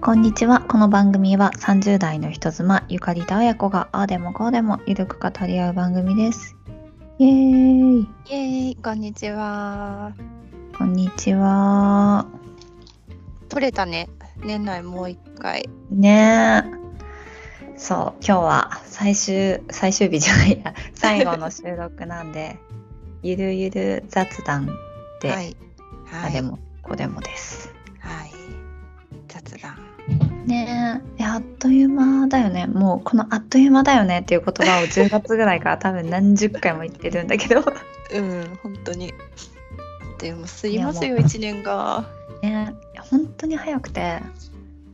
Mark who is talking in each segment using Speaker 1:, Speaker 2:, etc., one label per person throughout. Speaker 1: こんにちは。この番組は30代の人妻、ゆかりとあやこがああでもこうでもゆるく語り合う番組です。イエーイ。
Speaker 2: イエーイこんにちは
Speaker 1: こんにちは。
Speaker 2: 取れたね年内もう一回
Speaker 1: ねえ。そう、今日は最終、最終日じゃないや、最後の収録なんで、 ゆるゆる雑談で、
Speaker 2: はい
Speaker 1: ああ
Speaker 2: はい
Speaker 1: でもこうでもです。
Speaker 2: はい雑談
Speaker 1: ねえいやあっという間だよねもうこの「あっという間だよね」っていう言葉を10月ぐらいから多分何十回も言ってるんだけど
Speaker 2: うん本当にでも過ぎますよ一年が
Speaker 1: ねえ本当に早くて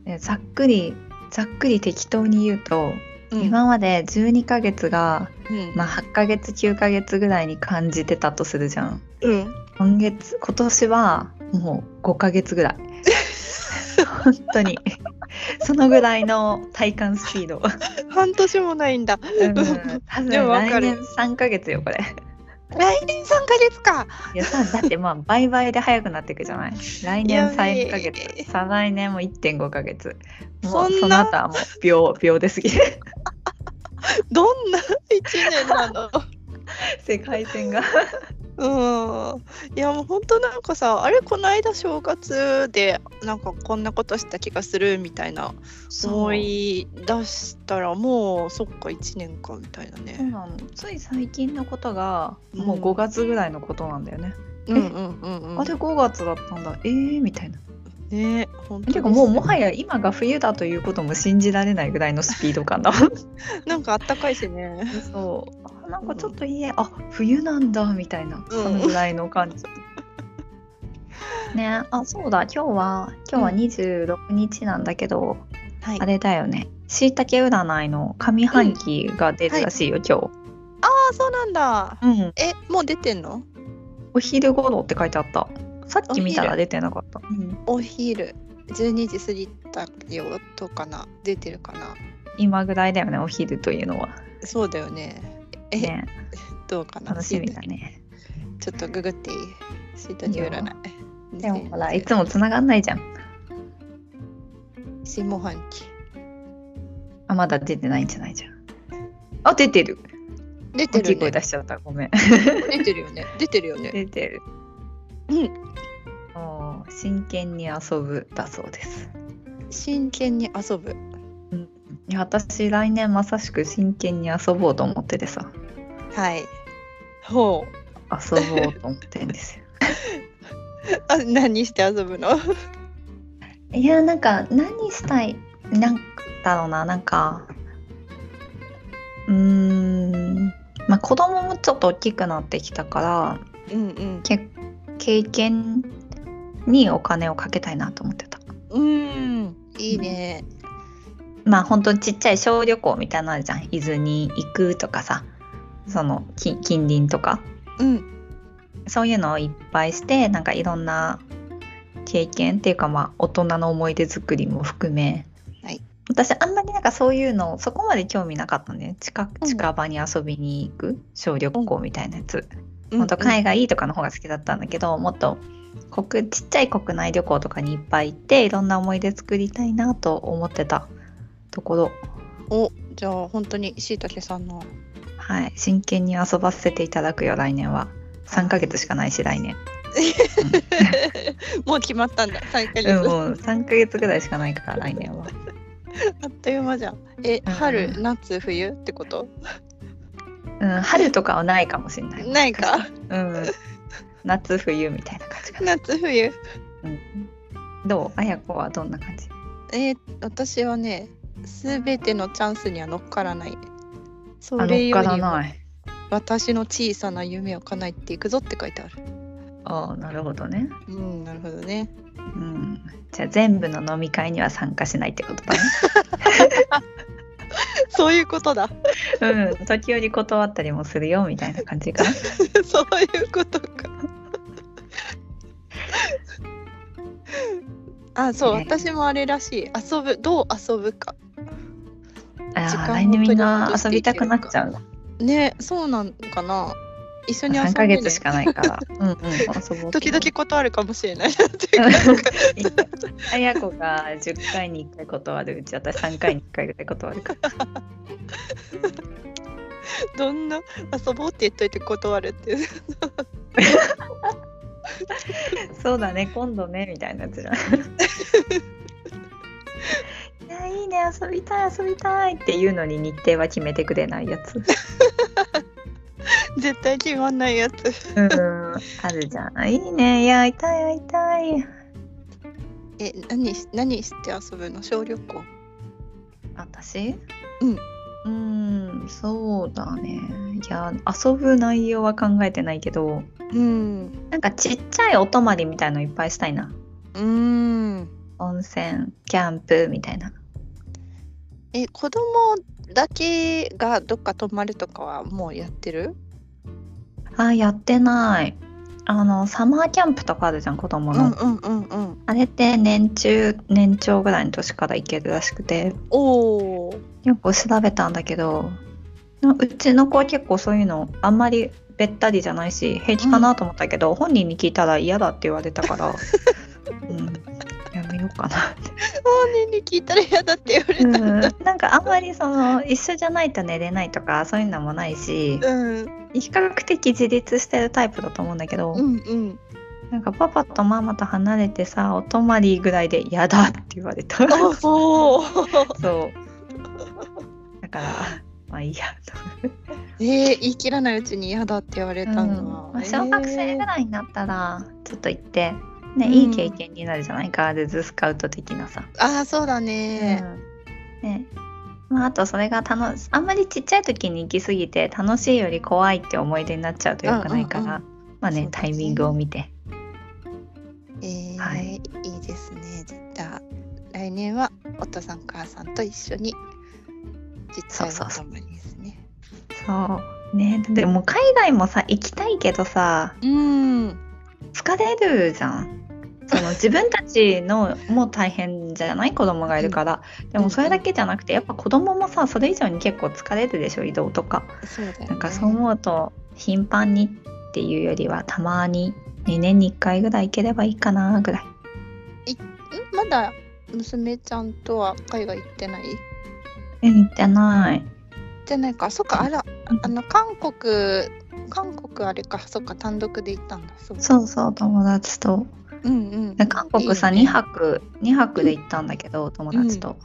Speaker 1: ねざっくりざっくり適当に言うと、
Speaker 2: うん
Speaker 1: 今まで12ヶ月が、
Speaker 2: うん
Speaker 1: まあ、8ヶ月9ヶ月ぐらいに感じてたとするじゃん
Speaker 2: うん
Speaker 1: 今月今年はもう5ヶ月ぐらい本当にそのぐらいの体感スピード
Speaker 2: 半年もないんだ
Speaker 1: うん多分
Speaker 2: でもわか
Speaker 1: 来
Speaker 2: る
Speaker 1: 年3ヶ月よこれ
Speaker 2: 来年三ヶ月か
Speaker 1: いやさだ ってまあ倍々で早くなっていくじゃない来年
Speaker 2: やべえ
Speaker 1: 3ヶ月再来年も1.5ヶ月も
Speaker 2: そん
Speaker 1: う
Speaker 2: な
Speaker 1: その後はもう秒 秒で過ぎる
Speaker 2: どんな一年なの
Speaker 1: 世界線 が
Speaker 2: うんいやもう本当なんかさあれこの間正月でなんかこんなことした気がするみたいな思い出したらもうそっか1年かみたいな
Speaker 1: そう
Speaker 2: ね、
Speaker 1: なのつい最近のことがもう
Speaker 2: うん
Speaker 1: 5月ぐらいのことなんだよね、
Speaker 2: うん、うんうんうん
Speaker 1: あれ5月だったんだえー、みたいな
Speaker 2: ね本当
Speaker 1: て
Speaker 2: で
Speaker 1: か
Speaker 2: す
Speaker 1: もうもはや今が冬だということも信じられないぐらいのスピード感だ
Speaker 2: なんかあったかいしね
Speaker 1: そうあなんかちょっと家、あ冬なんだみたいなそのぐらいの感 じ、ねあそうだ今日は今
Speaker 2: うん
Speaker 1: 日は26日なんだけど、
Speaker 2: はい
Speaker 1: あ
Speaker 2: あ
Speaker 1: れだよねしいたけ占いの上半期が出るらしいよ、
Speaker 2: あそうなんだ
Speaker 1: 今日、うん、
Speaker 2: えもう出てんの
Speaker 1: お昼頃って書いてあったさっき見たら出てなかった、うん
Speaker 2: お昼12時過ぎたよとかな出てるかな
Speaker 1: 今ぐらいだよねお昼というのは、
Speaker 2: そうだよねえ、
Speaker 1: ね、
Speaker 2: どうかな
Speaker 1: 楽しみだね
Speaker 2: ちょっとググっていいシートに占い
Speaker 1: でもほらいつも繋がんないじゃん
Speaker 2: 下半期
Speaker 1: あまだ出てないんじゃないじゃんあ出てる
Speaker 2: 出て
Speaker 1: 大き
Speaker 2: る
Speaker 1: い声
Speaker 2: よね
Speaker 1: 出しちゃったごめん
Speaker 2: 出てるよね出てるよね
Speaker 1: 出てる
Speaker 2: うん
Speaker 1: おー真剣に遊ぶだそうです
Speaker 2: 真剣に遊ぶ
Speaker 1: いや私来年まさしく真剣に遊ぼうと思っててさ
Speaker 2: はい。ほう。
Speaker 1: 遊ぼうと思ってんです よ
Speaker 2: あ、何して遊ぶの？
Speaker 1: いやなんか何したいなんだろうななんかうーんまあ子供もちょっと大きくなってきたから
Speaker 2: うんうん。
Speaker 1: け経験にお金をかけたいなと思ってた
Speaker 2: うん。いいね。
Speaker 1: まあ本当にちっちゃい小旅行みたいなのあるじゃん伊豆に行くとかさそのき近隣とか
Speaker 2: うん。
Speaker 1: そういうのをいっぱいしてなんかいろんな経験っていうかまあ大人の思い出作りも含め、
Speaker 2: はい
Speaker 1: 私あんまりなんかそういうのそこまで興味なかったんだよね近
Speaker 2: うん
Speaker 1: 近場に遊びに行く小旅行みたいなやつ、
Speaker 2: 本
Speaker 1: 本当海外とかの方が好きだったんだけど、もっと国ちっちゃい国内旅行とかにいっぱい行っていろんな思い出作りたいなと思ってたところ
Speaker 2: お、じゃあ本当に椎茸さんの。
Speaker 1: はい、真剣に遊ばせていただくよ来年は3ヶ月しかないし来年
Speaker 2: もう決まったんだ。三ヶ
Speaker 1: うん
Speaker 2: 月。
Speaker 1: もう3ヶ月ぐらいしかないから来年は
Speaker 2: あっという間じゃん。え、
Speaker 1: うん
Speaker 2: 春、夏、冬ってこと？
Speaker 1: うん春とかはないかもしれない
Speaker 2: ないか。
Speaker 1: うん夏冬みたいな感じかな、
Speaker 2: 夏、冬。
Speaker 1: うん、どうあやこはどんな感じ
Speaker 2: えー、私はね、すべてのチャンスには乗っからない。そ
Speaker 1: あ
Speaker 2: れ
Speaker 1: のっ
Speaker 2: よ
Speaker 1: から
Speaker 2: りも
Speaker 1: ない
Speaker 2: 私の小さな夢を叶えていくぞって書いてある。
Speaker 1: ああなるほどね
Speaker 2: うん、なるほどね。
Speaker 1: うんじゃあ全部の飲み会には参加しないって ことだ
Speaker 2: そういうことだ。
Speaker 1: ねうん時折断ったりもするよみたいな感じかな
Speaker 2: そういうことか。あ、そう、
Speaker 1: ね
Speaker 2: 私もあれらしい。遊ぶ、どう遊ぶか。
Speaker 1: あ
Speaker 2: 時
Speaker 1: ー
Speaker 2: 間を
Speaker 1: 来年みんな遊びたくなっちゃう
Speaker 2: ね、そうなんかな。一緒に遊んで、
Speaker 1: 3
Speaker 2: ね、
Speaker 1: ヶ月しかないから。うんう ん、遊ぼう
Speaker 2: 時
Speaker 1: けど
Speaker 2: 々断るかもしれない。 っていうか
Speaker 1: あやこが10回に1回断るうち私3回に1回ぐらい断るから
Speaker 2: どんな遊ぼうって言っといて断るっていう。
Speaker 1: そうだね今度ねみたいなやつじゃんいやいいね遊びたい遊びたいっていうのに日程は決めてくれないやつ
Speaker 2: 絶対決まんないやつ。
Speaker 1: うんあるじゃんいいねいや会いたい会いたい
Speaker 2: え、何し何して遊ぶの小旅行。
Speaker 1: 私うんうーんそうだねいや遊ぶ内容は考えてないけど
Speaker 2: うん。
Speaker 1: なんかちっちゃいお泊まりみたいのいっぱいしたいな
Speaker 2: うん。
Speaker 1: 温泉キャンプみたいな
Speaker 2: え、子供だけがどっか泊まるとかはもうやってる
Speaker 1: あやってないあのサマーキャンプとかあるじゃん子供
Speaker 2: う
Speaker 1: の、
Speaker 2: んうんうんうん。
Speaker 1: あれって年中年長ぐらいの年から行けるらしくて
Speaker 2: おお。
Speaker 1: よく調べたんだけどなうちの子は結構そういうのあんまりべったりじゃないし平気かなと思ったけど、本人に聞いたら嫌だって言われた から、うん、やめようかな
Speaker 2: 本人に聞いたら嫌だって言
Speaker 1: う
Speaker 2: われた
Speaker 1: ん
Speaker 2: んだ。
Speaker 1: なんかあんまりその一緒じゃないと寝れないとかそういうのもないし
Speaker 2: うん
Speaker 1: 比較的自立してるタイプだと思うんだけど、
Speaker 2: うんうん。
Speaker 1: なんかパパとママと離れてさお泊まりぐらいで「やだ」って言われ た
Speaker 2: おお。
Speaker 1: そうだからまあいいやと
Speaker 2: えー、言い切らないうちに嫌だって言われた
Speaker 1: うん
Speaker 2: の。
Speaker 1: まあ、小学生ぐ
Speaker 2: い。
Speaker 1: らいになったらちょっと行って、ね
Speaker 2: うん
Speaker 1: いい経験になるじゃないガールズスカウト的なさ。
Speaker 2: ああ、そうだね。
Speaker 1: うんねまあ、あとそれが楽しあんまりちっちゃい時に行き過ぎて楽しいより怖いって思い出になっちゃうとよくないから、
Speaker 2: うんうんうん
Speaker 1: まあ
Speaker 2: そ
Speaker 1: ね
Speaker 2: うだね
Speaker 1: タイミングを見て
Speaker 2: えー
Speaker 1: はい
Speaker 2: い、いですね。じゃあ来年はお父さん母さんと一緒にちっちゃいお
Speaker 1: そうそうそ
Speaker 2: 泊まりですね。
Speaker 1: そうねでも海外もさ行きたいけどさ
Speaker 2: うん。
Speaker 1: 疲れるじゃんその自分たちのも大変じゃない子供がいるから、でもそれだけじゃなくてやっぱ子供もさそれ以上に結構疲れるでしょ移動とか
Speaker 2: そうだよね。
Speaker 1: なんかそう思うと頻繁にっていうよりはたまに2年に1回ぐらい行ければいいかなぐらい
Speaker 2: んまだ娘ちゃんとは海外行ってない
Speaker 1: うん行ってない
Speaker 2: じゃないか。そっか、あら、あの、韓国、韓国あれか、そっか、単独で行ったんだ。そう
Speaker 1: そうそう友達と
Speaker 2: うんうん
Speaker 1: で。韓国さ
Speaker 2: いいね
Speaker 1: 2泊2泊で行ったんだけど友達と、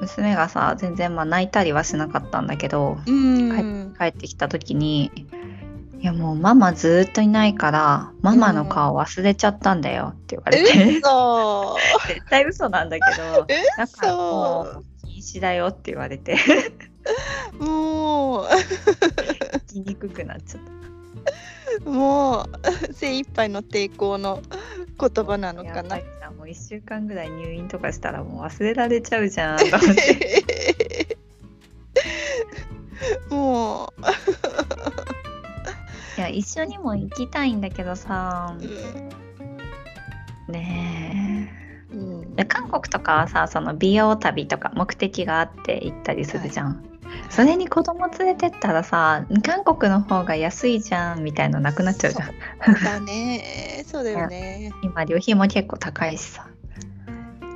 Speaker 1: 娘がさ全然まあ泣いたりはしなかったんだけど
Speaker 2: うん。
Speaker 1: 帰ってきた時に「いやもうママずーっといないからママの顔忘れちゃったんだよ」って言われ
Speaker 2: え
Speaker 1: て
Speaker 2: っ、そ
Speaker 1: 絶対嘘なんだけど
Speaker 2: え
Speaker 1: だからもう禁止だよって言われ て
Speaker 2: もう
Speaker 1: 行きにくくなっちゃっ
Speaker 2: もう精一杯の抵抗の言葉な
Speaker 1: た
Speaker 2: の
Speaker 1: や
Speaker 2: か
Speaker 1: っ
Speaker 2: な
Speaker 1: ぱり。さもう1週間ぐらい入院とかしたらもう忘れられちゃうじゃんと思って
Speaker 2: も
Speaker 1: いや一緒にも行きたいんだけどさ
Speaker 2: う、
Speaker 1: ねえ
Speaker 2: うん
Speaker 1: で韓国とかはさその美容旅とか目的があって行ったりするじゃん、それに子供連れてったらさ韓国の方が安いじゃんみたいのなくなっちゃうじゃん
Speaker 2: そ だね、そうだよね。
Speaker 1: 今旅費も結構高いしさ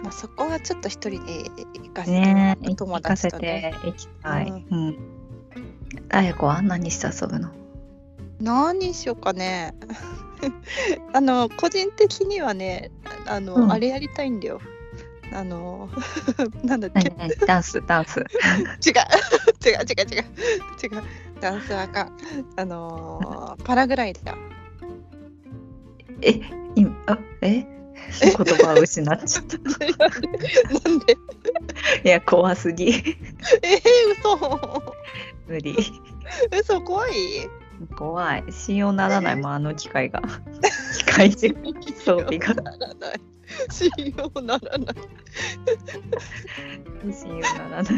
Speaker 2: まあ、そこはちょっと一人で行かせて、
Speaker 1: ねえ
Speaker 2: お
Speaker 1: 行
Speaker 2: 友
Speaker 1: かせ
Speaker 2: 達と
Speaker 1: て
Speaker 2: ね。
Speaker 1: 行きたい
Speaker 2: うん
Speaker 1: うんあや子は何して遊ぶの
Speaker 2: 何しようかね。 あの個人的にはね、あの、
Speaker 1: うん
Speaker 2: あれやりたいんだよ。あの なんだっけ
Speaker 1: 何何ダンスダンス
Speaker 2: 違う 違う違う違う違うダンスはあかんあのー、パラグライダー
Speaker 1: え今あえ言葉を失っち ゃったい
Speaker 2: なんで
Speaker 1: や怖すぎ
Speaker 2: えー、嘘
Speaker 1: 無理
Speaker 2: 嘘怖い
Speaker 1: 怖い信用ならないもんあの機械が機械っていうか装備が
Speaker 2: ならない信用ならない
Speaker 1: 信用ならない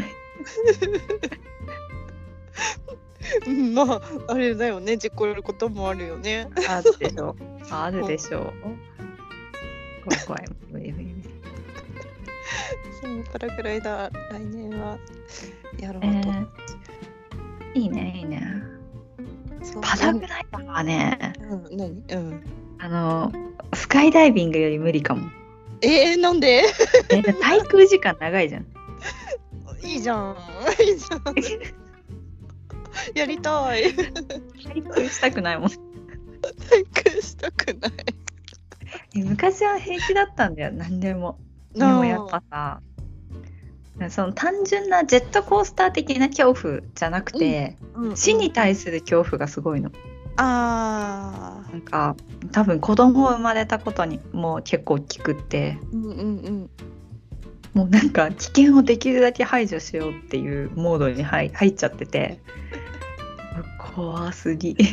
Speaker 2: うんまああれだよね事故ることもあるよね
Speaker 1: あるでしょあるでしょう怖い怖い無理無理無理
Speaker 2: そのパラグライダー来年はやろう
Speaker 1: え
Speaker 2: と、
Speaker 1: ーいいねいいねパラグライダーはね
Speaker 2: うん、何うん。
Speaker 1: あのスカイダイビングより無理かも
Speaker 2: えー、なんで
Speaker 1: えだ滞空時間長いじゃん
Speaker 2: いいじゃん。いいじゃん。 やりたい。
Speaker 1: 滞空したくないもん
Speaker 2: 体育したくない。
Speaker 1: え昔は平気だったんだよ何でもでもやっぱさその単純なジェットコースター的な恐怖じゃなくて、
Speaker 2: うん
Speaker 1: 死に対する恐怖がすごいの
Speaker 2: ああ
Speaker 1: なんか多分子供生まれたことにもう結構きくって
Speaker 2: うんうんうん
Speaker 1: もうなんか危険をできるだけ排除しようっていうモードに入入っちゃってて怖すぎ
Speaker 2: いや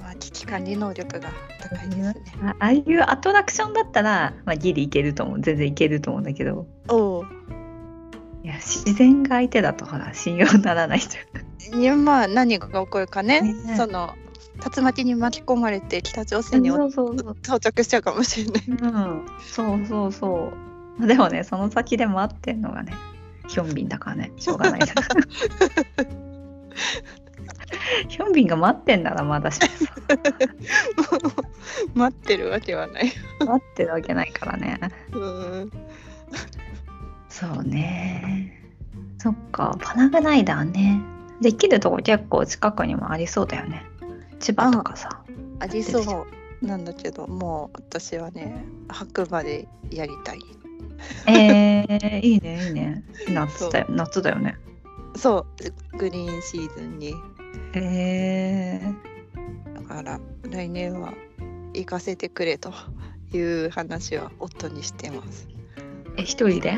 Speaker 2: まあ危機管理能力が高いですね
Speaker 1: あああいうアトラクションだったら、まあ、ギリいけると思う全然いけると思うんだけど
Speaker 2: おお
Speaker 1: いや自然が相手だとほら信用ならないじ
Speaker 2: いやまあ何が起こるかね
Speaker 1: ね
Speaker 2: その竜巻に巻き込まれて北朝
Speaker 1: ゃ
Speaker 2: 鮮
Speaker 1: ん
Speaker 2: に
Speaker 1: そうそうそう
Speaker 2: 到着しちゃうかもしれない
Speaker 1: うん、そうそうそう。でもね、その先で待ってんのがね、ヒョンビンだからね、しょうがない だから。ヒョンビンが待ってんならまだしも
Speaker 2: 待ってるわけはない
Speaker 1: 待ってるわけないからね。
Speaker 2: うん
Speaker 1: そうね。そっか、パラグライダーね。できるとこ結構近くにもありそうだよね。千葉とかさ。
Speaker 2: ありそうなんだけどもう私はね白馬でやりたい
Speaker 1: えー、 いいね、いいね。夏だよ、夏だよね。
Speaker 2: そうグリーンシーズンに
Speaker 1: えー。
Speaker 2: だから来年は行かせてくれという話は夫にしてます。
Speaker 1: え、一人で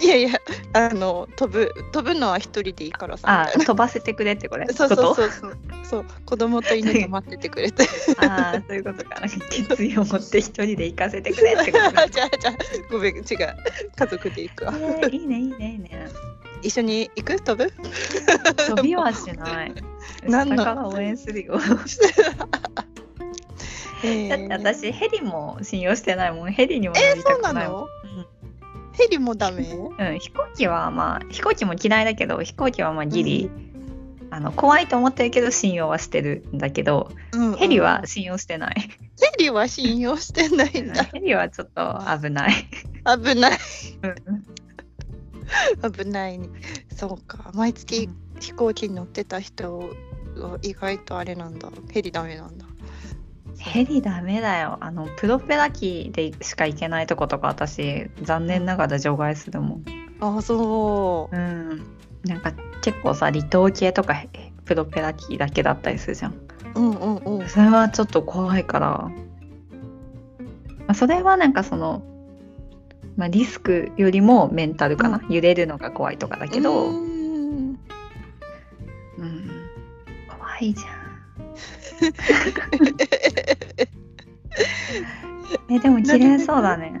Speaker 2: いやいやあの飛ぶ飛ぶのは一人でいいからさ
Speaker 1: あ、
Speaker 2: み
Speaker 1: 飛ばせてくれって これ。
Speaker 2: たいな。そうそう
Speaker 1: こと
Speaker 2: そうそうそう子供と犬と待っててく れて
Speaker 1: ああ、そういうことか。決意を持って一人で行かせてくれってことか。
Speaker 2: じゃあじゃあごめん違う家族で行くわ
Speaker 1: えーいいね、いいね、いいね。
Speaker 2: 一緒に行く飛ぶ
Speaker 1: 飛びはしない。
Speaker 2: 何の
Speaker 1: 下から応援するよ。
Speaker 2: え
Speaker 1: だって 私、ヘリも信用してないもん。ヘリにも乗り
Speaker 2: そ
Speaker 1: た
Speaker 2: う
Speaker 1: く
Speaker 2: な
Speaker 1: ないもん。
Speaker 2: のヘリもダメ
Speaker 1: うん、飛行機はまあ、飛行機も嫌いだけど、飛行機はまあギリ、あの怖いと思ってるけど信用はしてるんだけど、
Speaker 2: うんうん
Speaker 1: ヘリは信用してない。
Speaker 2: ヘリは信用してないんだ
Speaker 1: ヘリはちょっと危ない。
Speaker 2: 危ない
Speaker 1: うん
Speaker 2: 危ないそうか毎月飛行機に乗ってた人は意外とあれなんだヘリダメなんだ
Speaker 1: ヘリダメだよ。あのプロペラ機でしか行けないとことか私残念ながら除外するもん。
Speaker 2: ああそ
Speaker 1: うん。なんか結構さ離島系とかへプロペラ機だけだったりするじゃん。
Speaker 2: ううんうんうん
Speaker 1: それはちょっと怖いから。まあ、それはなんかその、まあ、リスクよりもメンタルかな、揺れるのが怖いとかだけど、
Speaker 2: う
Speaker 1: うん、
Speaker 2: ーん
Speaker 1: 怖いじ ゃん。えでも綺麗そうだね。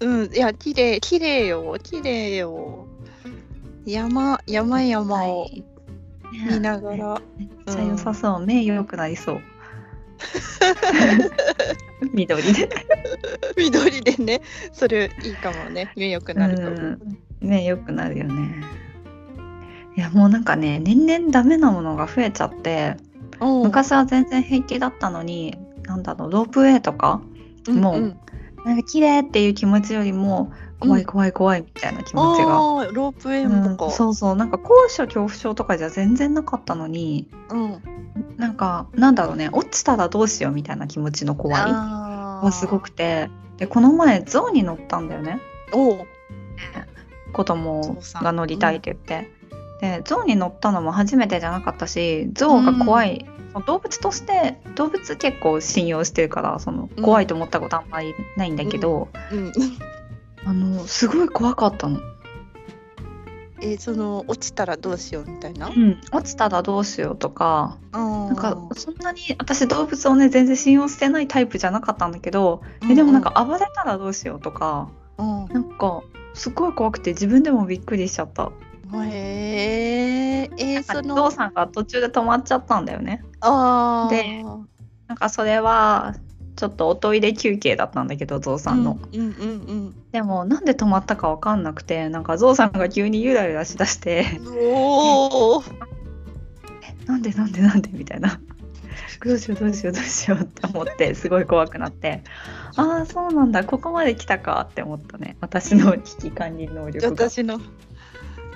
Speaker 2: うんいや綺麗綺麗よ綺麗よ山山々を
Speaker 1: はい
Speaker 2: 見ながら、
Speaker 1: めっちゃ良さそう、目良くなり そう緑で
Speaker 2: 緑でねそれいいかもね目良くなると思う
Speaker 1: 目良くなるよねいやもうなんかね年々ダメなものが増えちゃって
Speaker 2: うん
Speaker 1: 昔は全然平気だったのになんだろうロープウェイとか
Speaker 2: んん
Speaker 1: もうなんか綺麗っていう気持ちよりも怖い怖い怖いみたいな気持ちが、
Speaker 2: あーロープウェイ
Speaker 1: う
Speaker 2: も
Speaker 1: ん
Speaker 2: か、
Speaker 1: そうそうなんか高所恐怖症とかじゃ全然なかったのに
Speaker 2: うん、
Speaker 1: なんかなんだろうね落ちたらどうしようみたいな気持ちの怖い
Speaker 2: あー
Speaker 1: はすごくてでこの前象に乗ったんだよね
Speaker 2: おう
Speaker 1: 子供が乗りたいって言って、で象に乗ったのも初めてじゃなかったし象が怖い、動物として動物結構信用してるからその
Speaker 2: うん
Speaker 1: 怖いと思ったことあんまりないんだけど、
Speaker 2: うん、
Speaker 1: あのすごい怖かったの、
Speaker 2: えーその落ちたらどうしようみたいな、
Speaker 1: 落ちたらどうしようとか
Speaker 2: な
Speaker 1: なんかそんなに私動物をね全然信用してないタイプじゃなかったんだけど、えでもなんか暴れたらどうしようとか
Speaker 2: うん、
Speaker 1: なんかすごい怖くて自分でもびっくりしちゃった。
Speaker 2: うん、へええー、そ
Speaker 1: お父
Speaker 2: の
Speaker 1: さんが途中で止まっちゃったんだよね
Speaker 2: あー
Speaker 1: でなんかそれはちょっとおトイレ休憩だったんだけどゾウさんの、
Speaker 2: うんうん
Speaker 1: でもなんで止まったかわかんなくてなんかゾウさんが急にゆらゆらしだして
Speaker 2: うんうんおお
Speaker 1: なんでなんでなんでみたいなどうしようどうしようどうしようって思ってすごい怖くなってああそうなんだここまで来たかって思ったね私の危機管理能力が、
Speaker 2: 私の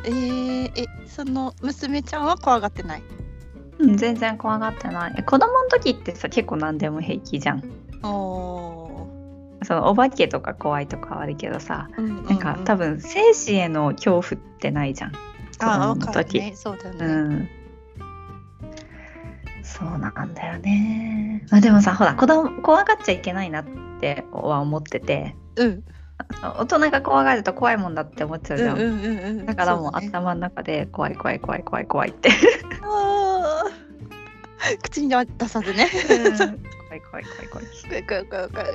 Speaker 2: えー、えその娘ちゃんは怖がってない
Speaker 1: うん、全然怖がってない子供の時ってさ結構何でも平気じゃん
Speaker 2: おー
Speaker 1: そのお化けとか怖いとかはあるけどさ
Speaker 2: ううう
Speaker 1: なんか多分生死への恐怖ってないじゃん子
Speaker 2: あ
Speaker 1: 供の時
Speaker 2: ーわかるねそうだよね、
Speaker 1: うんそうなんだよね。まあでもさ、ほら、子供怖がっちゃいけないなっては思ってて、
Speaker 2: うん
Speaker 1: 大人が怖がると怖いもんだって思っちゃうじゃん。
Speaker 2: うんうんうんうん
Speaker 1: だからもう
Speaker 2: そうだね
Speaker 1: 頭の中で怖い怖い怖い怖い怖いって。
Speaker 2: あー 口には出さずね
Speaker 1: 怖い怖い怖い怖い。
Speaker 2: 怖い怖い怖い怖い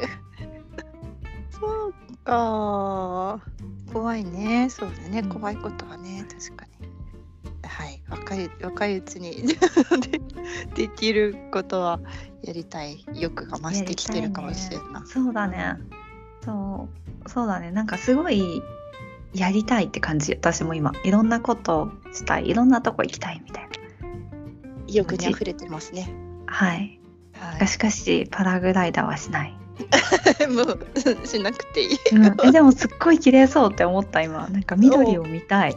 Speaker 2: そうか怖いねそうだね、
Speaker 1: うん
Speaker 2: 怖いことはね確かにはい若い若いうちに でできることはやりたい欲が増してきてるかもしれんな、
Speaker 1: そうだね。そう、そうだね。なんかすごいやりたいって感じ。私も今、いろんなことしたい、いろんなとこ行きたいみたいな。
Speaker 2: 欲に溢れてますね
Speaker 1: はい。
Speaker 2: は
Speaker 1: がしかし、パラグライダーはしない。
Speaker 2: いもうしなくていい
Speaker 1: うん、えでもすっごい綺麗そうって思った今なんか緑を見たい、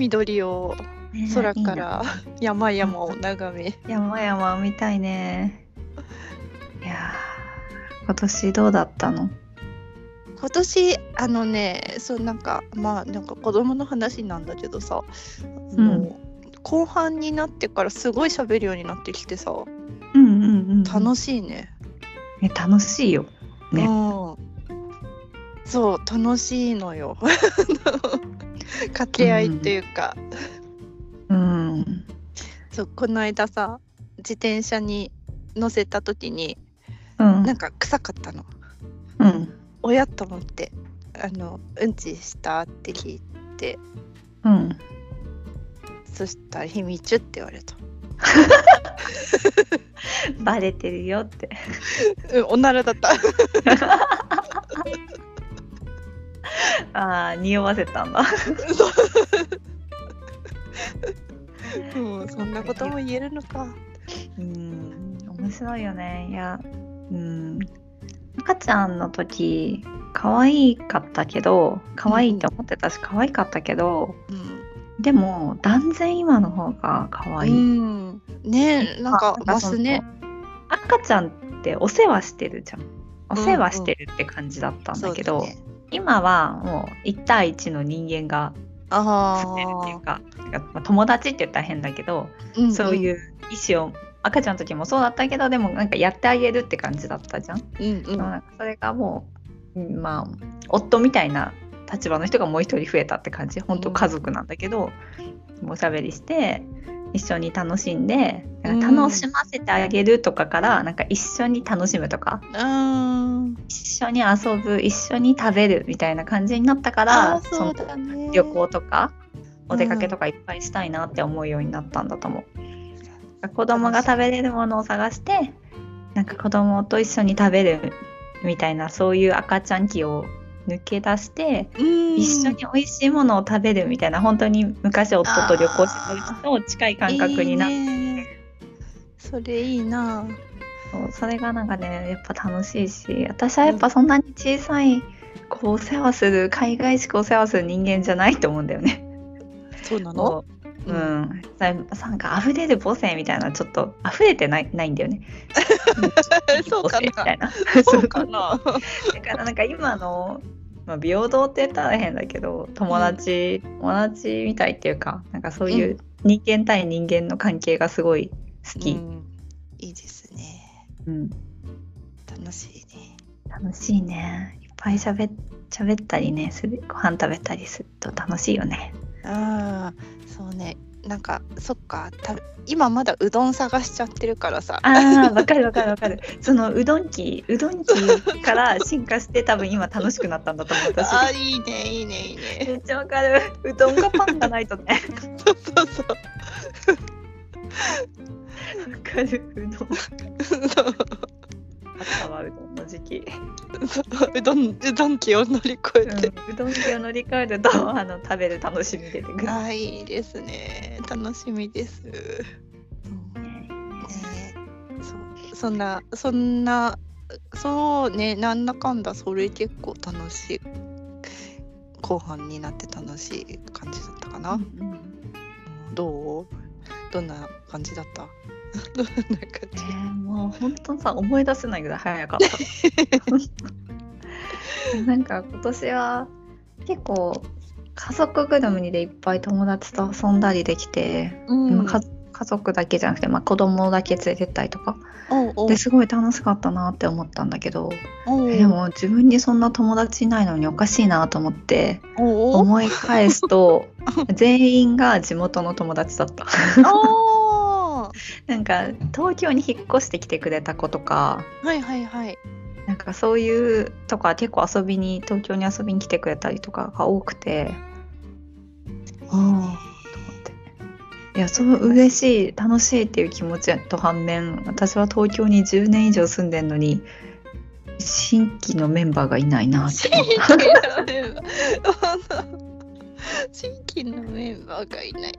Speaker 2: 緑を
Speaker 1: ねえ
Speaker 2: 空
Speaker 1: いいな
Speaker 2: から山々を眺め
Speaker 1: 山々を見たいねいやー今年どうだったの
Speaker 2: 今年あのねそうなんかまあなんか子供の話なんだけどさ、あの
Speaker 1: うん
Speaker 2: 後半になってからすごい喋るようになってきてさ
Speaker 1: うんうんうん
Speaker 2: 楽しいね。
Speaker 1: え楽しいよね
Speaker 2: うん、そう楽しいのよ。 掛け合いっていうか、
Speaker 1: うん
Speaker 2: そうこの間さ自転車に乗せた時に
Speaker 1: うん
Speaker 2: なんか臭かったの。
Speaker 1: うん
Speaker 2: 親と思ってあのうんちしたって聞いて
Speaker 1: うん
Speaker 2: そしたら「ひみちゅ」って言われた。
Speaker 1: バレてるよって
Speaker 2: うん、おならだった。
Speaker 1: ああ匂わせたんだ
Speaker 2: もうそんなことも言えるのか。
Speaker 1: うん面白いよねいやうん赤ちゃんの時可愛かったけど可愛いって思ってたし可愛かったけど、
Speaker 2: うん。
Speaker 1: でも断然今の方が可愛い、
Speaker 2: うん、ねえ、なんか
Speaker 1: あ
Speaker 2: マスね。
Speaker 1: その赤ちゃんってお世話してるじゃんお世話してるって感じだったんだけど、
Speaker 2: そうね
Speaker 1: 今はもう1対1の人間が
Speaker 2: あ
Speaker 1: 住んでるっていうかて
Speaker 2: あ、
Speaker 1: かまあ友達って言ったら変だけど、
Speaker 2: ん ん
Speaker 1: そういう意思を赤ちゃんの時もそうだったけどでもなんかやってあげるって感じだったじゃん。
Speaker 2: うんう
Speaker 1: でも
Speaker 2: ん。
Speaker 1: なんかそれがもううんまあ夫みたいな立場の人がもう一人増えたって感じ本当家族なんだけど、もうおしゃべりして一緒に楽しんでなんか
Speaker 2: うん
Speaker 1: 楽しませてあげるとかから、なんか一緒に楽しむとか
Speaker 2: うん。
Speaker 1: 一緒に遊ぶ一緒に食べるみたいな感じになったから
Speaker 2: あーそうだね
Speaker 1: その。旅行とかお出かけとかいっぱいしたいなって思うようになったんだと思う。子供が食べれるものを探してなんか子供と一緒に食べるみたいなそういう赤ちゃん期を抜け出して、
Speaker 2: うん、
Speaker 1: 一緒に美味しいものを食べるみたいな本当に昔夫と旅行してた時と近い感覚になっ
Speaker 2: い
Speaker 1: て
Speaker 2: いねそれいいな。
Speaker 1: そうそれがなんかねやっぱ楽しいし私はやっぱそんなに小さいこうお世話する海外しくお世話する人間じゃないと思うんだよね。
Speaker 2: そうなの。
Speaker 1: のうん、なんか溢れる母性みたいなちょっと溢れてないないんだよね。
Speaker 2: そうか
Speaker 1: 母性
Speaker 2: な
Speaker 1: みたいな。
Speaker 2: そうか な。
Speaker 1: だからなんか今の、まあ、平等って言ったら変だけど友達、友達みたいっていうかなんかそういうう人間対人間の関係がすごい好
Speaker 2: う
Speaker 1: き、
Speaker 2: んいいですね。
Speaker 1: うん
Speaker 2: 楽しいね。
Speaker 1: 楽しいねいっぱいしゃべったりねするご飯食べたりすると楽しいよね
Speaker 2: ああそうねなんかそっかた今まだうどん探しちゃってるからさ
Speaker 1: あーわかるわかるわかるそのうどん機うどん機から進化して多分今楽しくなったんだと思う私
Speaker 2: あーいいねいいねいいね
Speaker 1: めっちゃわかるうどんがパンがないとね
Speaker 2: そうそうそう
Speaker 1: わかるうどん
Speaker 2: そう
Speaker 1: あったわうどんの時期
Speaker 2: そううどんうどん機を乗り越えて、
Speaker 1: うん、うどん家を乗り換えるとあの食べる楽しみ出てくる
Speaker 2: ああいいですね楽しみですそんなそんなそうねなんだかんだそれ結構楽しい後半になって楽しい感じだったかな、
Speaker 1: うん
Speaker 2: どうどんな感じだった どんな感
Speaker 1: え
Speaker 2: じ、
Speaker 1: ーもう本当さ思い出せないぐらい早かった。なんか今年は結構家族ぐるみでいっぱい友達と遊んだりできて、
Speaker 2: う
Speaker 1: まあか家族だけじゃなくて、まあ、子供だけ連れてったりとか
Speaker 2: おうおう
Speaker 1: ですごい楽しかったなって思ったんだけど、
Speaker 2: おう
Speaker 1: でも自分にそんな友達いないのにおかしいなと思って
Speaker 2: おうおう
Speaker 1: 思い返す と全員が地元の友達だった。
Speaker 2: あー
Speaker 1: なんか東京に引っ越してきてくれた子とか
Speaker 2: はいはいはい
Speaker 1: なんかそういうとか結構遊びに東京に遊びに来てくれたりとかが多くてあいやその嬉しい楽しいっていう気持ちと反面私は東京に10年以上住んでんのに新規のメンバーがいないなって思っ
Speaker 2: 新規のメンバー新規のメンバーがいない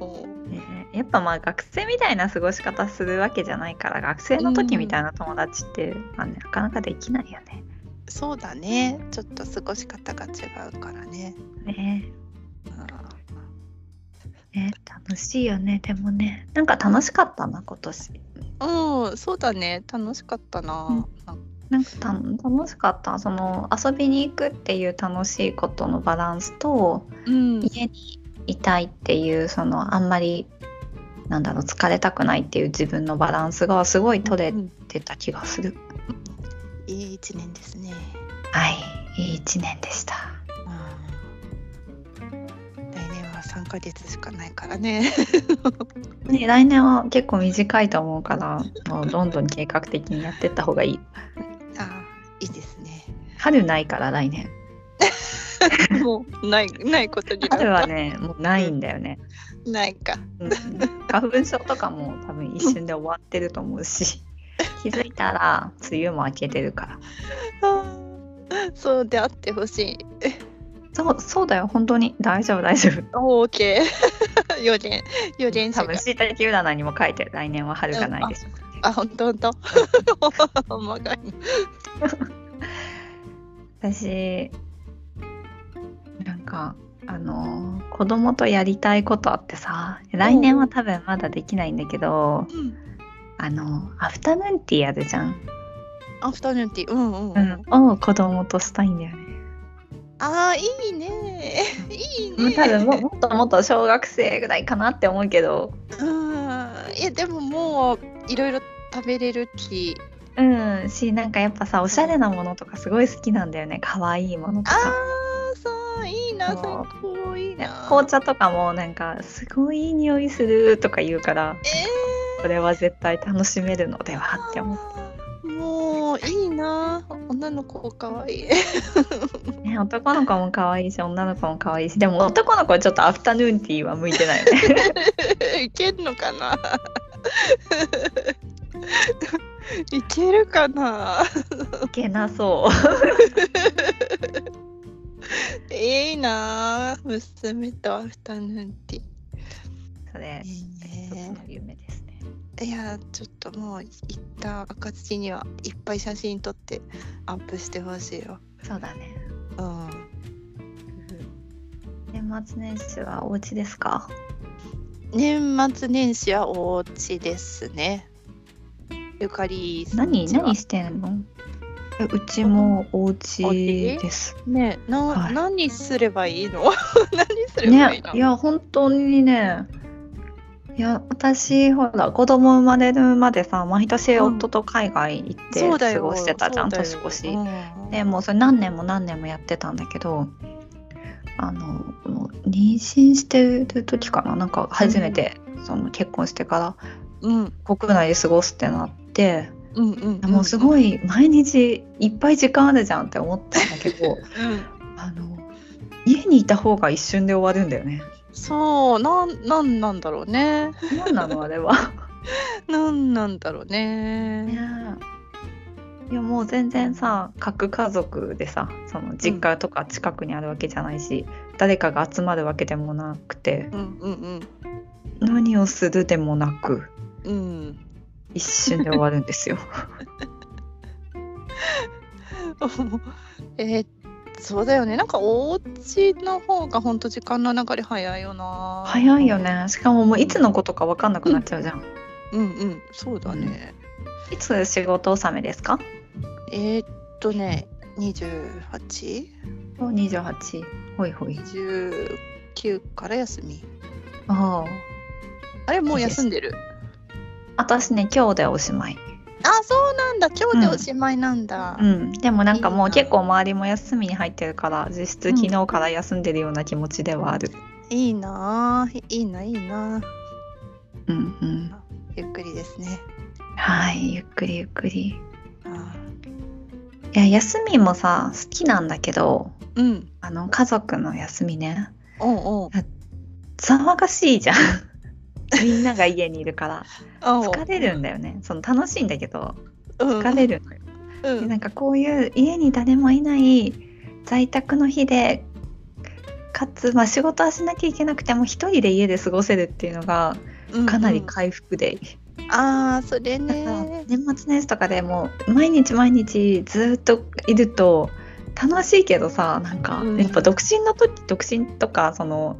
Speaker 2: おう
Speaker 1: て、ねやっぱまあ学生みたいな過ごし方するわけじゃないから学生の時みたいな友達って、まあねなかなかできないよね。
Speaker 2: そうだねちょっと過ごし方が違うからね
Speaker 1: ね
Speaker 2: あ
Speaker 1: ね、楽しいよねでもねなんか楽しかったな今年
Speaker 2: ーうんそうだね楽しかったな、
Speaker 1: なんかた楽しかったその遊びに行くっていう楽しいことのバランスと
Speaker 2: うん
Speaker 1: 家にいたいっていうそのあんまりなんだろう疲れたくないっていう自分のバランスがすごい取れ
Speaker 2: うん
Speaker 1: てた気がする、
Speaker 2: いい一年ですね
Speaker 1: はいいい1年でした
Speaker 2: うん来年は3ヶ月しかないからね。
Speaker 1: ね来年は結構短いと思うからもうどんどん計画的にやってった方がいい
Speaker 2: あいいですね。
Speaker 1: 春ないから来年
Speaker 2: もうないないことになった
Speaker 1: 春はねもうないんだよね
Speaker 2: ないか。
Speaker 1: うん花粉症とかも多分一瞬で終わってると思うし 気づいたら梅雨も明けてるから
Speaker 2: あーそうであってほしい。
Speaker 1: そうそうだよ本当に大丈夫大丈夫
Speaker 2: オーケー。予言予言者
Speaker 1: 多
Speaker 2: が
Speaker 1: 分。しいたけ占いにも書いてる来年は春がないでしょうね
Speaker 2: あ本当本当。おまがい。
Speaker 1: 私なんかあのー子供とやりたいことあってさ来年は多分まだできないんだけど
Speaker 2: うん。
Speaker 1: あのアフタヌーンティーあるじゃん、
Speaker 2: アフタヌーンティー。うん
Speaker 1: う
Speaker 2: うん。うんん、、
Speaker 1: を子供としたいんだよね
Speaker 2: あーいいね。いい
Speaker 1: まあ
Speaker 2: ね。
Speaker 1: 多分も もっともっと小学生ぐらいかなって思うけど
Speaker 2: うん。いやでももういろいろ食べれる気。
Speaker 1: うんしなんかやっぱさおしゃれなものとかすごい好きなんだよね可愛いものと
Speaker 2: あ
Speaker 1: か
Speaker 2: あそういいな最
Speaker 1: そう
Speaker 2: 高いいな
Speaker 1: 紅茶とかもなんかすごいいい匂いするとか言うから
Speaker 2: え
Speaker 1: これは絶対楽しめるのではって思っ
Speaker 2: ー、もういいな女の子かわいい
Speaker 1: て、ね、男の子も可愛いし女の子も可愛いしでも男の子はちょっとアフタヌーンティーは向いてないよね
Speaker 2: いけるのかな いけるかない
Speaker 1: けなそう
Speaker 2: いいな娘とアフタヌーンティー
Speaker 1: それ
Speaker 2: いい
Speaker 1: 一つ
Speaker 2: ね
Speaker 1: の夢ですね
Speaker 2: いやちょっともう行った暁にはいっぱい写真撮ってアップしてほしいよ
Speaker 1: そうだね
Speaker 2: うん
Speaker 1: 年末年始はお家ですか
Speaker 2: 年末年始はお家ですね。ゆかりさん
Speaker 1: 何
Speaker 2: ちは
Speaker 1: 何してんのえうちもお
Speaker 2: お
Speaker 1: 家
Speaker 2: 家
Speaker 1: です
Speaker 2: ねな、
Speaker 1: はい
Speaker 2: 何すればいいの 何すればいい
Speaker 1: ね
Speaker 2: の、、
Speaker 1: いや本当にねいや私ほら子供生まれるまでさ毎年
Speaker 2: うん
Speaker 1: 夫と海外行って
Speaker 2: そうだ
Speaker 1: 過
Speaker 2: よ
Speaker 1: ごしてたじゃん、
Speaker 2: そうだ
Speaker 1: 年
Speaker 2: よ
Speaker 1: 越し、
Speaker 2: うん
Speaker 1: でもうそれ何年も何年もやってたんだけどあのもう妊娠してる時かななんか初めて、その結婚してか
Speaker 2: うん
Speaker 1: ら国内で過ごすってなって、
Speaker 2: うんうん
Speaker 1: もうすご
Speaker 2: い、
Speaker 1: い毎日いっぱい時間あるじゃんって思ったんだけ ど
Speaker 2: うん、
Speaker 1: あの家にいた方が一瞬で終わるんだよね。
Speaker 2: そうなんなんなんだろ うね
Speaker 1: 何なのあれは。
Speaker 2: なんなんだろう ね
Speaker 1: ねえいやもう全然さ各家族でさその実家とか近くにあるわけじゃないし、誰かが集まるわけでもなくて
Speaker 2: うんうん
Speaker 1: 何をするでもなく
Speaker 2: うんうん
Speaker 1: 一瞬で終わるんです よ。
Speaker 2: えーそうだよねなんかお家の方がほんと時間の流れ早いよな
Speaker 1: 早いよね。しかももういつのことか分かんなくなっちゃうじゃん。
Speaker 2: うんうんそうだね、
Speaker 1: いつ仕事納めですか
Speaker 2: えー、っとね 28?29
Speaker 1: ?28。ほいほい。
Speaker 2: から休み
Speaker 1: ああ。
Speaker 2: あれもう休んでる
Speaker 1: 私ね、今日でおしまい。
Speaker 2: あそうなんだ今日でおしまいなんだ、
Speaker 1: うん。でもなんかも
Speaker 2: いいうな
Speaker 1: 結構周りも休みに入ってるから、実質昨日から休んでるような気持ちではある。
Speaker 2: いいなぁいいないいなぁ
Speaker 1: うんうん。
Speaker 2: ゆっくりですね
Speaker 1: はい。ゆっくりゆっくり。
Speaker 2: あ
Speaker 1: いや、休みもさ、好きなんだけど、
Speaker 2: ーうん
Speaker 1: あの、家族の休みね。
Speaker 2: おうおう
Speaker 1: 騒がしいじゃん。 みんなが家にいる から。
Speaker 2: おう
Speaker 1: 疲れるんだよね。その楽しいんだけど、
Speaker 2: うん
Speaker 1: 疲れるのよ。
Speaker 2: う
Speaker 1: で
Speaker 2: ん
Speaker 1: なんかこういう家に誰もいない在宅の日でかつ、まあ、仕事はしなきゃいけなくても一人で家で過ごせるっていうのが
Speaker 2: うん
Speaker 1: かなり回復で、
Speaker 2: ああそれ
Speaker 1: だから
Speaker 2: ね
Speaker 1: 年末年始とかでもう毎日毎日ずっといると楽しいけどさなんか
Speaker 2: うん
Speaker 1: やっぱ独身の時独身とかその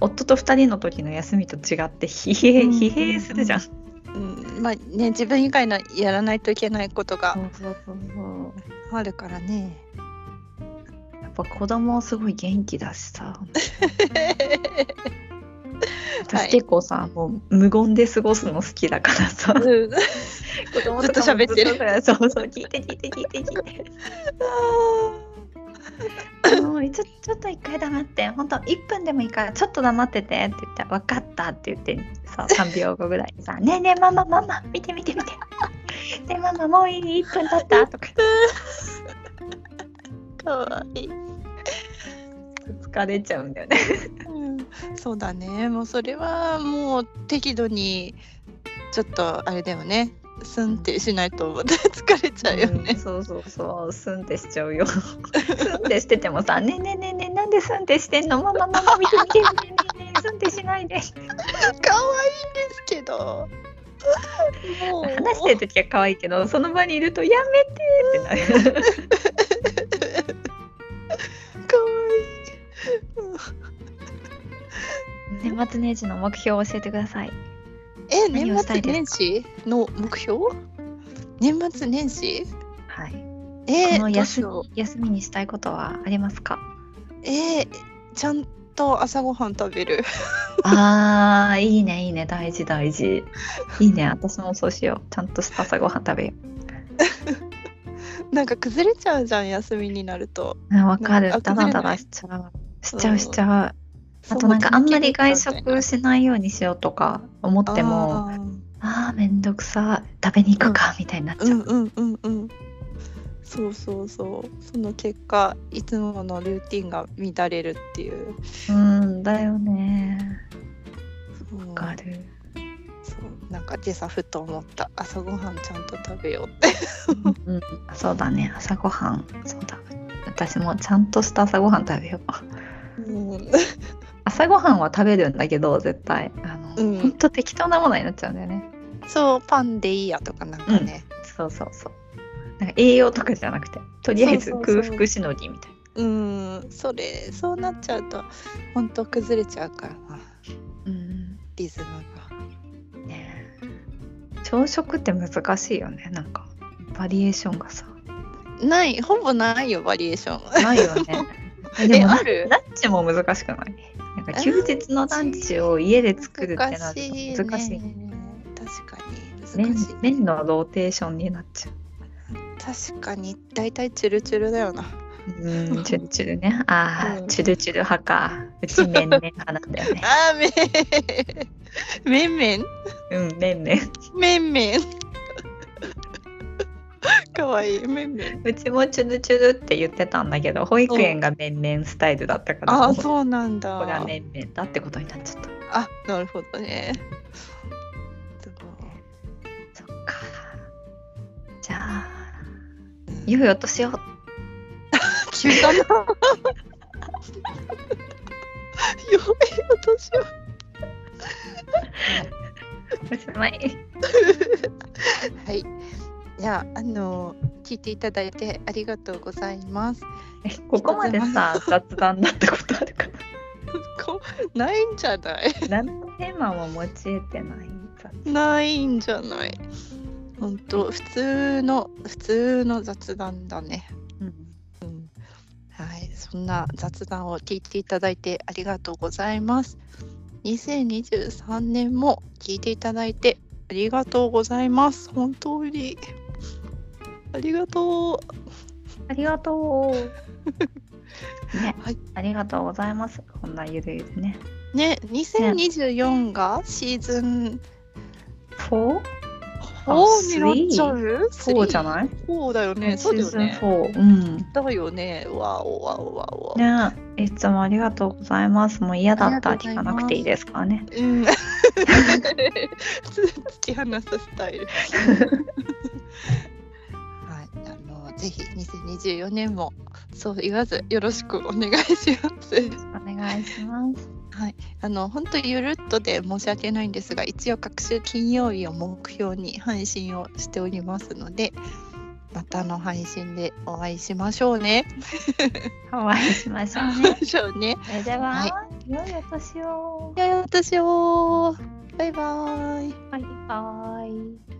Speaker 1: 夫と二人の時の休みと違って疲弊
Speaker 2: うん
Speaker 1: 疲弊するじゃん。
Speaker 2: うんまあね自分以外のやらないといけないことがあるからね
Speaker 1: やっぱ子供はすごい元気だしさ。
Speaker 2: は
Speaker 1: 私
Speaker 2: い
Speaker 1: 結構さ、もう無言で過ごすの好きだからさ
Speaker 2: うん
Speaker 1: 子供
Speaker 2: ずっと喋ってる
Speaker 1: るそうそう聞いて聞いて聞いて聞いてあのちょちょっと一回黙って本当1分でもいいからちょっと黙っててって言ったら分かったって言ってさ3秒後ぐらいにさ「ねえねえママママ見て見て見て」でママもういい1分経ったとか
Speaker 2: かわいい、
Speaker 1: 疲れちゃうんだよね
Speaker 2: うん、そうだねもうそれはもう適度にちょっとあれだよねすんってしないと 疲れちゃうよ
Speaker 1: うん
Speaker 2: ね、
Speaker 1: そうそうそうスンってしちゃうよスンってしててもさ「ねえねえねえねえなんでスンってしてんのママママ見て見て見て見てねえスンってしないで」
Speaker 2: かわいいんですけどもう
Speaker 1: 話してる時は可愛いけどその場にいると「やめて!」ってなる
Speaker 2: かわ
Speaker 1: 年末年始の目標を教えてください
Speaker 2: いいえ
Speaker 1: 何
Speaker 2: 年
Speaker 1: をした
Speaker 2: 末
Speaker 1: いで
Speaker 2: 年始の目標年末年始
Speaker 1: はい
Speaker 2: え
Speaker 1: こ
Speaker 2: ー、
Speaker 1: の
Speaker 2: どうし
Speaker 1: 休
Speaker 2: よう
Speaker 1: み休みにしたいことはありますか
Speaker 2: えー、ちゃんと朝ごはん食べる
Speaker 1: あーいいねいいね大事大事いいね私もそうしようちゃんとした朝ごはん食べよ
Speaker 2: なんか崩れちゃうじゃん休みになると
Speaker 1: うあわかる
Speaker 2: なん
Speaker 1: ダ
Speaker 2: か崩
Speaker 1: ラ
Speaker 2: れな
Speaker 1: ダ
Speaker 2: い
Speaker 1: ラしちゃうしちゃうしちゃう、
Speaker 2: そ
Speaker 1: あ
Speaker 2: う
Speaker 1: となんかあんまり外
Speaker 2: 気
Speaker 1: 食
Speaker 2: 分
Speaker 1: しないようにしようとか思っても
Speaker 2: あー
Speaker 1: あーめんどくさい食べに行くかみたいになっ
Speaker 2: う
Speaker 1: ちゃ
Speaker 2: ん
Speaker 1: う、
Speaker 2: うんうんうんそうそうそうその結果いつものルーティンが乱れるっていう
Speaker 1: うん、だよね
Speaker 2: そう
Speaker 1: わかる
Speaker 2: そうなんか今朝ふと思った朝ごはんちゃんと食べようって
Speaker 1: うん、そうだね朝ごはんそうだ私もちゃんとした朝ごはん食べよう
Speaker 2: うん
Speaker 1: 朝ごはんは食べるんだけど絶対あの、
Speaker 2: うん
Speaker 1: ほんと適当なものになっちゃうんだよね
Speaker 2: そうパンでいいやとかなんかね
Speaker 1: そうそうそうなんか栄養とかじゃなくてとりあえず
Speaker 2: そうそうそう
Speaker 1: 空腹しのぎみたい
Speaker 2: うんそれそうなっちゃうとほんと崩れちゃうからな
Speaker 1: なうん
Speaker 2: リズム
Speaker 1: ねえ朝食って難しいよねなんかバリエーションがさ
Speaker 2: がないほぼないよバリエーション
Speaker 1: ない よね
Speaker 2: え
Speaker 1: えでも
Speaker 2: あ
Speaker 1: ラ
Speaker 2: る
Speaker 1: ランチも難しくないなんか休日のランチを家で作るってなると
Speaker 2: 難しい、ね、
Speaker 1: 難しい
Speaker 2: 確かに
Speaker 1: 麺
Speaker 2: 難しい
Speaker 1: 麺のローテーションになっちゃう
Speaker 2: 確かに大体チュルチュルだよな
Speaker 1: うん、チュルチュルね。ああ、
Speaker 2: うん
Speaker 1: チュルチュル派か。うちめんめん派なんだよね。
Speaker 2: あーめめんめん
Speaker 1: うん、めんめん。
Speaker 2: めんめんかわいいめんめん
Speaker 1: うちもチュルチュルって言ってたんだけど、保育園がめんめんスタイルだったから、も
Speaker 2: あー
Speaker 1: うこ
Speaker 2: そうなんだ
Speaker 1: れはめんめんだってことになっちゃった。
Speaker 2: あなるほどねそう
Speaker 1: そっか。じゃあ、良いお年を。
Speaker 2: 急だなよいお年を
Speaker 1: おしまい。
Speaker 2: はい。じゃあ、あの聞いていただいてありがとうございます。
Speaker 1: え ここまでさ雑談だったことあるか
Speaker 2: こないんじゃない？
Speaker 1: な何のテーマも用いてない雑
Speaker 2: ないんじゃない？本当普通の普通の雑談だね。はい、そんな雑談を聞いていただいてありがとうございます。2023年も聞いていただいてありがとうございます。本当にありがとう。
Speaker 1: ありがとう。ね、
Speaker 2: はい
Speaker 1: ありがとうございます。こんなゆるゆるね。
Speaker 2: ね、2024がシーズン
Speaker 1: 4?
Speaker 2: 4になっちゃう？
Speaker 1: そうじゃない？
Speaker 2: 4だよね。そうだよね
Speaker 1: シ。ーズン4。うん。
Speaker 2: だよね。わおわおわお。
Speaker 1: ねえ、いつもありがとうございます。もう嫌だったら
Speaker 2: ありが
Speaker 1: 聞か
Speaker 2: とうございま
Speaker 1: な
Speaker 2: す
Speaker 1: くていいですからね。
Speaker 2: うん 普通に突き放すスタイル。 はい、あのぜひ2024年もそう言わずよろしくお願いします。
Speaker 1: お願いします。
Speaker 2: はい、あの本当ゆるっとで申し訳ないんですが、一応各週金曜日を目標に配信をしておりますので、またの配信でお会いしましょう ね。
Speaker 1: お会いしましょ うね。
Speaker 2: しょうね。
Speaker 1: それでは、
Speaker 2: はい
Speaker 1: 良いお年を。
Speaker 2: 良いお年を。バイバイ。
Speaker 1: バイバイ。